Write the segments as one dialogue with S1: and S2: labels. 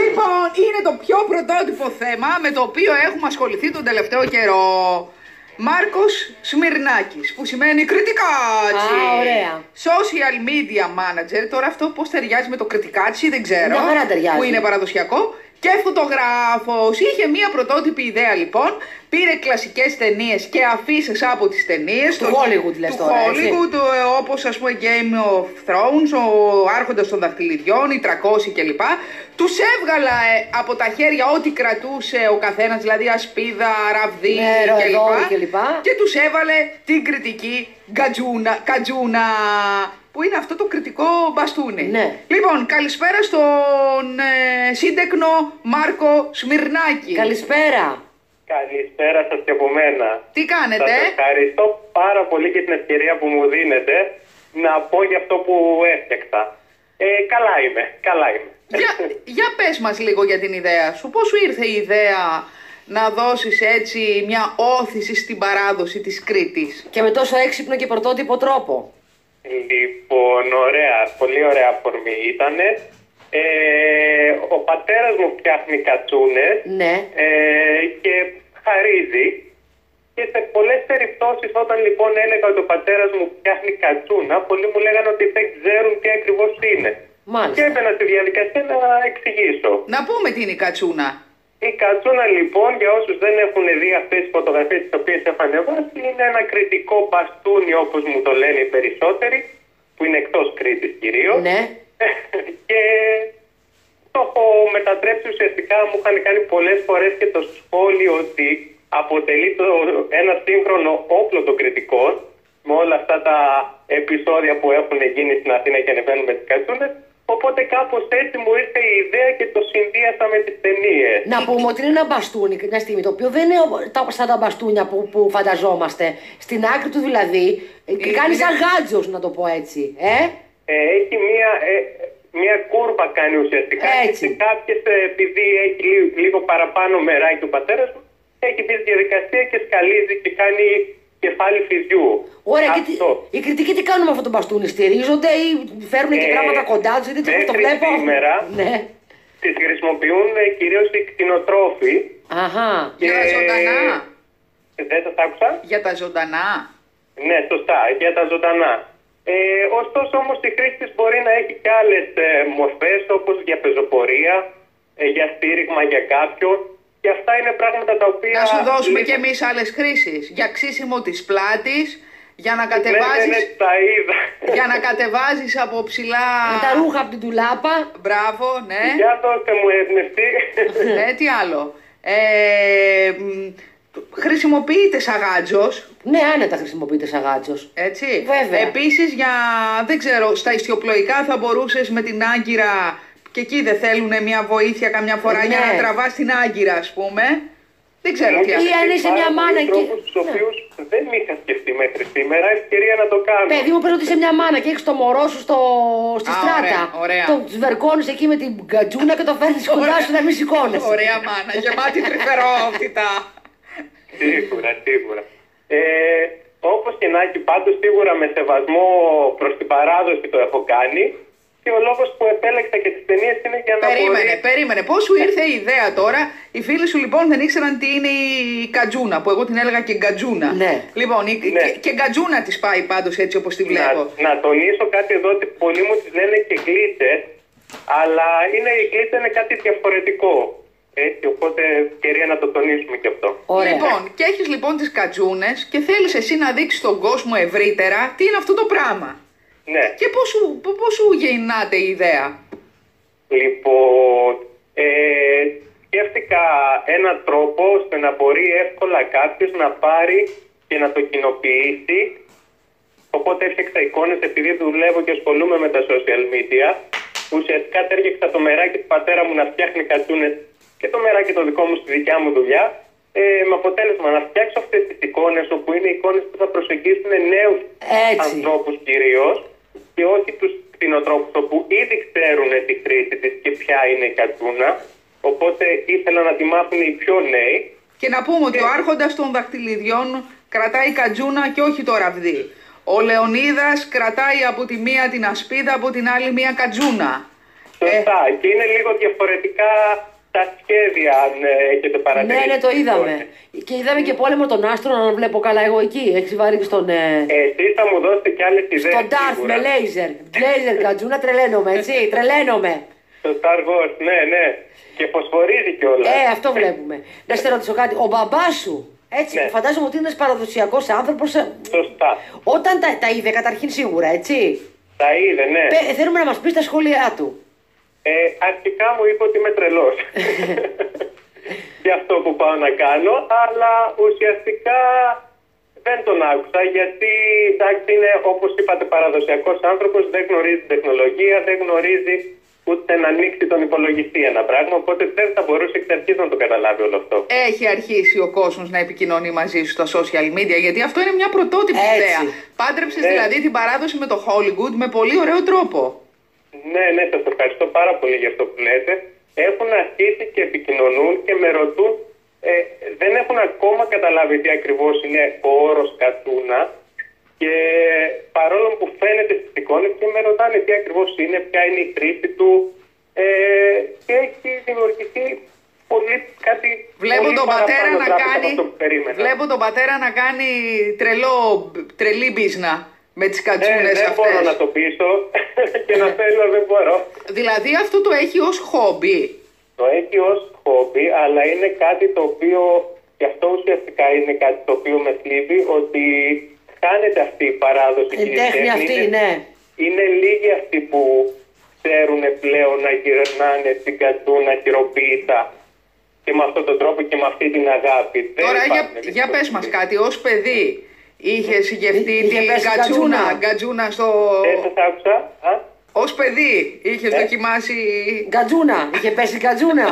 S1: Λοιπόν, είναι το πιο πρωτότυπο θέμα με το οποίο έχουμε ασχοληθεί τον τελευταίο καιρό. Μάρκος Σμυρνάκης, που σημαίνει κριτικάτσι.
S2: Α, ωραία.
S1: Social media manager. Τώρα αυτό πώς ταιριάζει με το κριτικάτσι, δεν ξέρω.
S2: Μια χαρά ταιριάζει.
S1: Που είναι παραδοσιακό. Και φωτογράφος. Είχε μία πρωτότυπη ιδέα λοιπόν. Πήρε κλασικές ταινίες και αφήσεις από τις ταινίες.
S2: Του
S1: Το-
S2: Hollywood, λες
S1: του
S2: τώρα, έτσι.
S1: Hollywood, του, ε, όπως ας πούμε Game of Thrones, ο Άρχοντας των Δαχτυλιδιών, οι 300 κλπ. Τους έβγαλα ε, από τα χέρια ό,τι κρατούσε ο καθένας, δηλαδή ασπίδα, ραβδί
S2: Νερό, δώρο
S1: κλπ.
S2: Ναι, κλπ.
S1: Και τους έβαλε την κριτική γκατζούνα, κατζούνα, που είναι αυτό το κριτικό μπαστούνι.
S2: Ναι.
S1: Λοιπόν, καλησπέρα στον ε, σύντεκνο Μάρκο Σμυρνάκη.
S2: Καλησπέρα.
S3: Καλησπέρα σας και από μένα.
S1: Τι κάνετε,
S3: Σας
S1: ε?
S3: ευχαριστώ πάρα πολύ για την ευκαιρία που μου δίνετε να πω για αυτό που έφτιαξα. Ε, καλά είμαι, καλά είμαι.
S1: για, για πες μας λίγο για την ιδέα σου. Πώς σου ήρθε η ιδέα να δώσεις έτσι μια όθηση στην παράδοση της Κρήτης.
S2: Και με τόσο έξυπνο και πρωτότυπο τρόπο.
S3: Λοιπόν, ωραία, πολύ ωραία αφορμή ήτανε. Ε, ο πατέρας μου φτιάχνει κατσούνες
S2: Ναι.
S3: ε, και χαρίζει. Και σε πολλές περιπτώσεις όταν λοιπόν έλεγα ότι ο πατέρας μου φτιάχνει κατσούνα, πολλοί μου λέγανε ότι δεν ξέρουν τι ακριβώς είναι. Και
S2: Μάλιστα.
S3: έμπαινα στη διαδικασία να εξηγήσω.
S1: Να πούμε τι είναι η κατσούνα.
S3: Η κατσούνα λοιπόν, για όσους δεν έχουν δει αυτές τις φωτογραφίες τις οποίες έχω ανεβάσει, είναι ένα κριτικό μπαστούνι όπως μου το λένε οι περισσότεροι, που είναι εκτός Κρήτης κυρίως.
S2: Ναι.
S3: και το έχω μετατρέψει ουσιαστικά, μου είχαν κάνει πολλές φορές και το σχόλιο ότι αποτελεί το, ένα σύγχρονο όπλο των κριτικών με όλα αυτά τα επεισόδια που έχουν γίνει στην Αθήνα και ανεβαίνουν με τις κατσούνες. Οπότε κάπως έτσι μου ήρθε η ιδέα και το συνδύασα με τις ταινίες.
S2: Να πούμε ότι είναι ένα μπαστούνι, μια στιγμή, το οποίο δεν είναι ο- τα- σαν τα μπαστούνια που, που φανταζόμαστε. Στην άκρη του δηλαδή,
S1: Είναι-
S2: κάνει σαν γάντζος, να το πω έτσι. Ε?
S3: Ε, έχει μία, ε, μία κούρπα κάνει ουσιαστικά.
S2: Έτσι.
S3: Και σε κάποιες, ε, επειδή έχει λί- λίγο, παραπάνω μεράκι ο πατέρας μου, έχει μπει στη διαδικασία και σκαλίζει και κάνει κεφάλι φυζιού.
S2: Ωραία, και τι,
S3: Αυτό.
S2: οι κριτικοί τι κάνουν με αυτό το μπαστούνι, στηρίζονται ή φέρνουν και
S3: Ε,
S2: πράγματα κοντά τους, γιατί το
S3: μέχρι
S2: βλέπω.
S3: σήμερα-
S2: Ναι.
S3: Τις χρησιμοποιούν ε, κυρίως οι κτηνοτρόφοι. Ε,
S2: Αχα.
S1: Για τα ζωντανά.
S3: Δεν σας άκουσα.
S1: Για τα ζωντανά.
S3: Ναι, σωστά, για τα ζωντανά. Ε, ωστόσο όμως η χρήση της μπορεί να έχει και άλλες ε, μορφές όπως για πεζοπορία, ε, για στήριγμα για κάποιον και αυτά είναι πράγματα τα οποία... Ναι,
S1: Να σου δώσουμε
S3: λίγο-
S1: κι εμείς άλλες χρήσεις. Για ξύσιμο της πλάτης, για να
S3: Ναι, ναι, ναι,
S1: κατεβάζεις,
S3: τα είδα.
S1: για να κατεβάζεις από ψηλά...
S2: Με τα ρούχα από την τουλάπα.
S1: Μπράβο, ναι.
S3: Για δώστε μου εμπνευστή.
S1: ναι, τι άλλο. Ε, μ, χρησιμοποιείται σαν γάντζος,
S2: Ναι, άνετα χρησιμοποιείται σαν γάτσος.
S1: έτσι.
S2: Βέβαια.
S1: Επίσης για, δεν ξέρω, στα ιστιοπλοϊκά θα μπορούσες με την άγκυρα και εκεί δεν θέλουν μια βοήθεια καμιά φορά
S2: Ε,
S1: για
S2: ναι. Ε,
S1: να τραβάς την άγκυρα, ας πούμε. Δεν ξέρω τι άλλο.
S2: Ή αν είσαι
S3: Πάρα
S2: μια
S3: πολλοί
S2: μάνα εκεί.
S3: τρόπους Τους
S2: Ναι.
S3: οποίους δεν είχα σκεφτεί μέχρι σήμερα, ευκαιρία να το κάνω.
S2: Παιδί μου, πες ότι είσαι μια μάνα και έχεις το μωρό σου στο... στη
S1: Α,
S2: στράτα.
S1: ωραία, ωραία.
S2: Το σβερκώνει εκεί με την γκατζούνα και το φέρνεις κοντά σου να μην σηκώνεσαι.
S1: Ωραία μάνα, γεμάτη τρυφερότητα.
S3: Σίγουρα, σίγουρα. Ε, Όπως και να έχει, πάντως σίγουρα με σεβασμό προς την παράδοση το έχω κάνει. Και ο λόγος που επέλεξα και τις ταινίες είναι για να
S1: Περίμενε,
S3: μπορεί.
S1: περίμενε. Πώς σου ήρθε η ιδέα τώρα. Οι φίλοι σου λοιπόν δεν ήξεραν τι είναι η κατζούνα, που εγώ την έλεγα και γκατζούνα.
S2: Ναι.
S1: Λοιπόν, η...
S3: Ναι.
S1: και, και γκατζούνα της πάει πάντως έτσι όπως τη
S3: Να,
S1: βλέπω.
S3: να τονίσω κάτι εδώ ότι πολλοί μου τις λένε και γκλίτσε, αλλά είναι, η γκλίτσε είναι κάτι διαφορετικό. Έτσι, οπότε ευκαιρία να το τονίσουμε και αυτό.
S2: Ωραία.
S1: Λοιπόν, και έχεις λοιπόν τις κατζούνες και θέλεις εσύ να δείξεις στον κόσμο ευρύτερα τι είναι αυτό το πράγμα.
S3: Ναι.
S1: Και πώς σου, πο- πώς σου γεννάται η ιδέα.
S3: Λοιπόν, ε, σκέφτηκα έναν τρόπο ώστε να μπορεί εύκολα κάποιος να πάρει και να το κοινοποιήσει. Οπότε έφτιαξα εικόνες επειδή δουλεύω και ασχολούμαι με τα social media. Ουσιαστικά τέριαξα το μεράκι του πατέρα μου να φτιάχνει κατσούνες και το μεράκι το δικό μου στη δικιά μου δουλειά. Ε, με αποτέλεσμα να φτιάξω αυτές τις εικόνες όπου είναι εικόνες που θα προσεγγίσουν νέους
S2: Έτσι.
S3: ανθρώπους κυρίως και όχι τους κτηνοτρόφους όπου ήδη ξέρουν τη χρήση της και ποια είναι η κατσούνα. Οπότε ήθελα να τη μάθουν οι πιο νέοι.
S1: Και να πούμε ότι ο άρχοντας των δαχτυλιδιών κρατάει κατζούνα και όχι το ραβδί. Ο Λεωνίδας κρατάει από τη μία την ασπίδα, από την άλλη μία κατζούνα.
S3: Το
S2: Ε.
S3: Σωστά. Και είναι λίγο διαφορετικά τα σχέδια, αν ε, έχετε
S2: Ναι,
S3: παρατηρήσει.
S2: ναι, το είδαμε. Και είδαμε και πόλεμο των άστρων, αν βλέπω καλά εγώ εκεί. Έχεις βαρύνει στον. ε,
S3: Εσείς θα μου δώσετε κι άλλες ιδέες.
S2: στον Darth με λέιζερ. Λέιζερ κατζούνα, τρελαίνομαι, έτσι. Τρελαίνομαι.
S3: Το Star Wars, ναι, ναι. Και φωσφορίζει κιόλας.
S2: Ε, αυτό βλέπουμε. Να σε ρωτήσω κάτι. Ο μπαμπάς σου, έτσι,
S3: Ναι.
S2: που φαντάζομαι ότι είναι ένας παραδοσιακός άνθρωπος.
S3: Σωστά.
S2: ε, Όταν τα, τα είδε, καταρχήν σίγουρα, έτσι.
S3: Τα είδε, ναι.
S2: Πε- θέλουμε να μας πεις τα σχόλιά του.
S3: Ε, αρχικά μου είπε ότι είμαι τρελός. για αυτό που πάω να κάνω, αλλά ουσιαστικά δεν τον άκουσα γιατί εντάξει είναι όπως είπατε παραδοσιακός άνθρωπος, δεν γνωρίζει τεχνολογία, δεν γνωρίζει ούτε να ανοίξει τον υπολογιστή ένα πράγμα, οπότε δεν θα μπορούσε εξ αρχής να το καταλάβει όλο αυτό.
S1: Έχει αρχίσει ο κόσμος να επικοινωνεί μαζί σου στα social media, γιατί αυτό είναι μια πρωτότυπη
S2: Έτσι. Ε.
S1: ιδέα. Πάντρεψες
S3: Ναι.
S1: δηλαδή την παράδοση με το Hollywood με πολύ ωραίο τρόπο.
S3: Ναι, ναι, σας ευχαριστώ πάρα πολύ για αυτό που λέτε. Έχουν αρχίσει και επικοινωνούν και με ρωτούν. Ε, δεν έχουν ακόμα καταλάβει τι ακριβώς είναι ο όρος κατούνα και παρόλο που φαίνεται στις εικόνες και με ρωτάνε τι ακριβώς είναι, ποια είναι η χρήση του ε, και έχει δημιουργηθεί πολύ κάτι
S1: Βλέπω
S3: πολύ
S1: τον, πατέρα
S3: παραπάνω
S1: να
S3: τράπεζα από
S1: κάνει,
S3: αυτό που περίμενα.
S1: βλέπω τον πατέρα να κάνει τρελό, τρελή μπίζνα με τις
S3: Ε,
S1: κατσούνες
S3: δεν μπορώ να
S1: αυτές.
S3: το πείσω και να θέλω δεν μπορώ.
S1: Δηλαδή αυτό το έχει ως χόμπι.
S3: Το έχει ως χόμπι, αλλά είναι κάτι το οποίο, και αυτό ουσιαστικά είναι κάτι το οποίο με θλίβει, ότι χάνεται αυτή η παράδοση.
S2: Την
S3: κύριε
S2: τέχνη αυτή,
S3: Είναι-
S2: ναι.
S3: Είναι λίγοι αυτοί που ξέρουν πλέον να γυρνάνε στην κατσούνα χειροποίητα και με αυτόν τον τρόπο και με αυτή την αγάπη. Δεν
S1: Τώρα για,
S3: υπάρχουν
S1: για πες μας κάτι, ως παιδί είχες
S2: Εί-
S1: γευτεί
S2: Ε, είχε
S1: την
S2: πέσει
S1: κατσούνα,
S2: κατσούνα.
S1: κατσούνα στο...
S3: Δεν Ε, σας άκουσα. Α?
S1: Ως παιδί είχες
S3: Ε.
S1: δοκιμάσει...
S2: Γκατζούνα, είχε πέσει η γκατζούνα.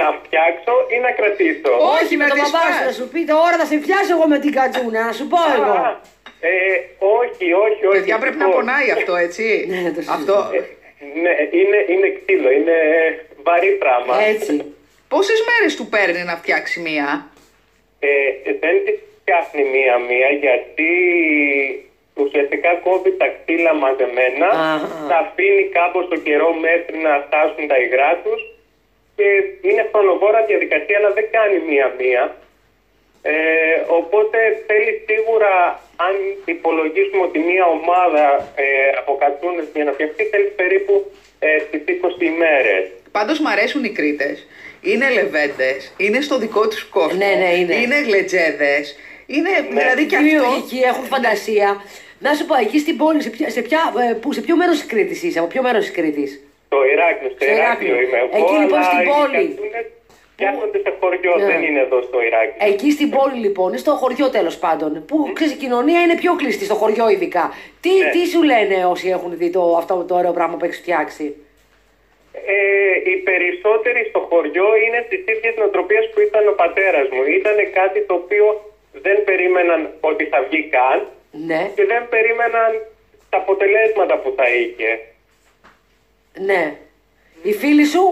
S3: Να φτιάξω ή να κρατήσω.
S1: Ω,
S2: Όχι με
S1: να
S2: τον
S1: τη
S2: μπαμπά σου,
S1: σπάς.
S2: να σου πει τώρα θα σε πιάσω εγώ με την γκατζούνα, να σου πω
S3: Α,
S2: εγώ.
S3: ε, όχι, όχι, όχι.
S1: Παιδιά πρέπει να
S3: Λοιπόν,
S1: πονάει αυτό, έτσι.
S2: Ναι, το συζητώ.
S1: αυτό...
S3: Ναι, είναι, είναι ξύλο, είναι βαρύ πράγμα.
S2: Έτσι.
S1: Πόσες μέρες του παίρνει να φτιάξει μία.
S3: Ε, δεν τη φτιάχνει μία-μία γιατί ουσιαστικά κόβει τα ξύλα μαζεμένα,
S2: Αχα.
S3: τα αφήνει κάπως το καιρό μέχρι να φτάσουν τα υγρά τους και είναι χρονοβόρα διαδικασία, αλλά δεν κάνει μία-μία. Ε, οπότε θέλει σίγουρα, αν υπολογίσουμε ότι μία ομάδα ε, από κατσούνες για να φτιαχτεί, θέλει περίπου ε, στις 20 ημέρες.
S1: Πάντως μ' αρέσουν οι Κρήτες. Είναι λεβέντες, είναι στο δικό τους κόσμο.
S2: Ναι, ναι, είναι. Ναι,
S1: Είναι γλετζέδες. Είναι δηλαδή και αυτό.
S2: Δημιουργική, έχουν φαντασία. Να σου πω, εκεί στην πόλη, σε, ποια, σε, ποια, ε, που, σε ποιο μέρος της Κρήτης είσαι, από ποιο μέρος της Κρήτης.
S3: Το Ηράκλειο, στο
S2: Στο
S3: Ηράκλειο
S2: Ηράκλειο.
S3: είμαι εγώ.
S2: Εκεί, λοιπόν,
S3: αλλά
S2: στην
S3: οι
S2: πόλη.
S3: κατσούνες Φτιάχνονται σε χωριό,
S2: Ναι. Ε,
S3: δεν είναι εδώ στο Ηράκλειο.
S2: Εκεί στην πόλη λοιπόν, στο χωριό τέλος πάντων, που ξέρεις, η κοινωνία είναι πιο κλειστή, στο χωριό ειδικά. Τι,
S3: Ναι.
S2: τι σου λένε όσοι έχουν δει το, αυτό το ωραίο πράγμα που έχεις φτιάξει.
S3: Ε, οι περισσότεροι στο χωριό είναι τη ίδια νοοτροπία που ήταν ο πατέρας μου. Ήταν κάτι το οποίο δεν περίμεναν ότι θα βγει καν
S2: Ναι,
S3: και δεν περίμεναν τα αποτελέσματα που θα είχε.
S2: ναι. Οι φίλοι σου,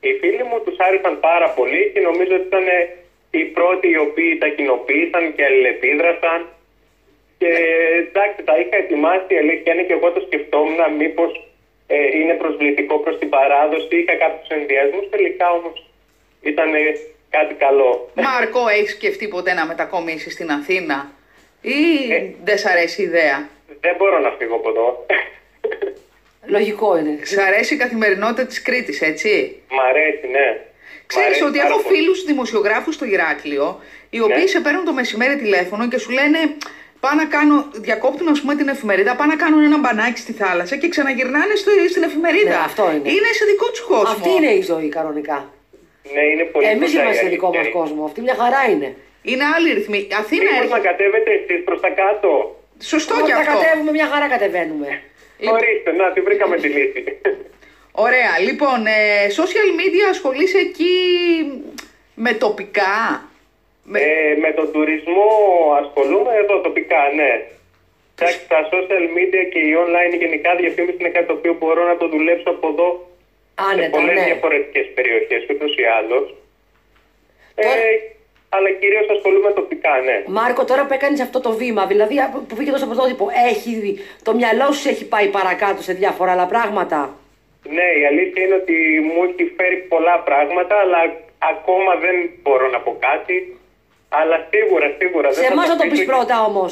S3: Οι φίλοι μου τους άρεσαν πάρα πολύ και νομίζω ότι ήταν ε, οι πρώτοι οι οποίοι τα κοινοποίησαν και αλληλεπίδρασαν. Και εντάξει, τα είχα ετοιμάσει, η αλήθεια είναι και εγώ το σκεφτόμουν μήπως ε, είναι προσβλητικό προς την παράδοση. Είχα κάποιους ενδιασμούς, τελικά όμως ήταν ε, κάτι καλό.
S1: Μάρκο, έχεις σκεφτεί ποτέ να μετακομίσεις στην Αθήνα. Ή
S3: Ε.
S1: δεν σ' αρέσει η ιδέα.
S3: Δεν μπορώ να φύγω από εδώ.
S2: λογικό είναι.
S1: Σ' αρέσει η καθημερινότητα της Κρήτης, έτσι.
S3: Μ' αρέσει, ναι. Μ'
S1: Ξέρεις
S3: αρέσει
S1: ότι
S3: πάρα
S1: έχω
S3: πολύ. Ναι.
S1: φίλους δημοσιογράφους στο Ηράκλειο, οι οποίοι σε παίρνουν το μεσημέρι τηλέφωνο και σου λένε πάω να κάνω, διακόπτουν ας πούμε την εφημερίδα, πάω να κάνουν ένα μπανάκι στη θάλασσα και ξαναγυρνάνε στο, στην εφημερίδα.
S2: Ναι, αυτό είναι.
S1: Είναι σε δικό τους κόσμο.
S2: Αυτή είναι η ζωή κανονικά.
S3: Ναι, είναι πολύ
S2: Εμείς
S3: κοντά η
S2: είμαστε δικό μα
S3: αλήθεια.
S2: κόσμο. Αυτή μια χαρά είναι.
S1: Είναι άλλοι ρυθμοί. Αθήνα
S3: Μήπως να
S1: έρχεται.
S3: κατέβετε εσείς προς τα κάτω.
S1: Σωστό και
S2: Όταν
S1: αυτό.
S2: κατέβουμε, μια χαρά κατεβαίνουμε.
S1: Λοιπόν.
S3: Ορίστε, να, τη βρήκαμε τη λύση.
S1: Ωραία. Λοιπόν, ε, social media ασχολείσαι εκεί με τοπικά. Με...
S2: Ναι.
S3: Ε, με τον τουρισμό ασχολούμαι εδώ τοπικά, ναι. Εντάξει, τα social media και η online γενικά διαφήμιση είναι κάτι το οποίο μπορώ να το δουλέψω από εδώ σε
S2: Άνετα,
S3: πολλές
S2: ναι.
S3: διαφορετικές περιοχές, ούτως ή άλλως. Ε,
S2: Τώρα-
S3: αλλά κυρίως ασχολούμαι τοπικά, ναι.
S2: Μάρκο, τώρα που έκανες αυτό το βήμα, δηλαδή από- που βγήκε τόσο πρωτότυπο, έχει, το μυαλό σου έχει πάει παρακάτω σε διάφορα άλλα πράγματα.
S3: Ναι, η αλήθεια είναι ότι μου έχει φέρει πολλά πράγματα, αλλά ακόμα δεν μπορώ να πω κάτι. Αλλά σίγουρα, σίγουρα.
S2: Σε εμά θα το πεις
S3: πεις
S2: πρώτα όμω.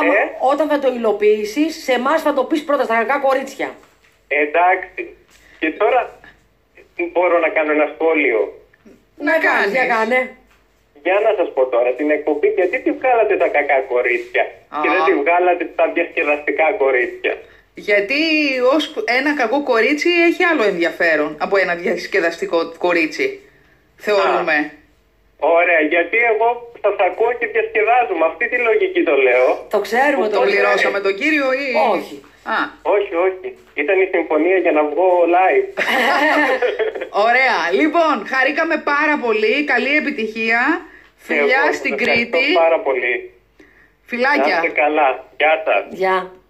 S2: Άμα,
S3: Ε?
S2: Όταν θα το υλοποιήσεις, σε εμάς θα το πεις πρώτα στα κακά κορίτσια.
S3: Εντάξει. Και τώρα μπορώ να κάνω ένα σχόλιο.
S1: Να
S2: κάνεις,
S1: κάνεις.
S2: Για κάνε.
S3: Για να σας πω τώρα την εκπομπή, γιατί τη βγάλατε τα κακά κορίτσια
S1: Α.
S3: και δεν τη βγάλατε τα διασκεδαστικά κορίτσια.
S1: Γιατί ως ένα κακό κορίτσι έχει άλλο ενδιαφέρον από ένα διασκεδαστικό κορίτσι. Θεωρούμε.
S3: Ωραία, γιατί εγώ σας ακούω και διασκεδάζομαι. Αυτή τη λογική το λέω.
S2: Το ξέρουμε το
S1: Το
S3: Όχι,
S1: πληρώσαμε
S3: ε.
S1: τον κύριο ή.
S2: Όχι.
S1: Α,
S3: Όχι, όχι. Ήταν η συμφωνία για να βγω live.
S1: ωραία. Λοιπόν, χαρήκαμε πάρα πολύ. Καλή επιτυχία.
S3: Εγώ
S1: Φιλιά
S3: σας
S1: στην
S3: ευχαριστώ
S1: Κρήτη.
S3: πάρα πολύ. Να είστε
S1: Φιλάκια.
S3: καλά. Γεια σας.
S2: Γεια.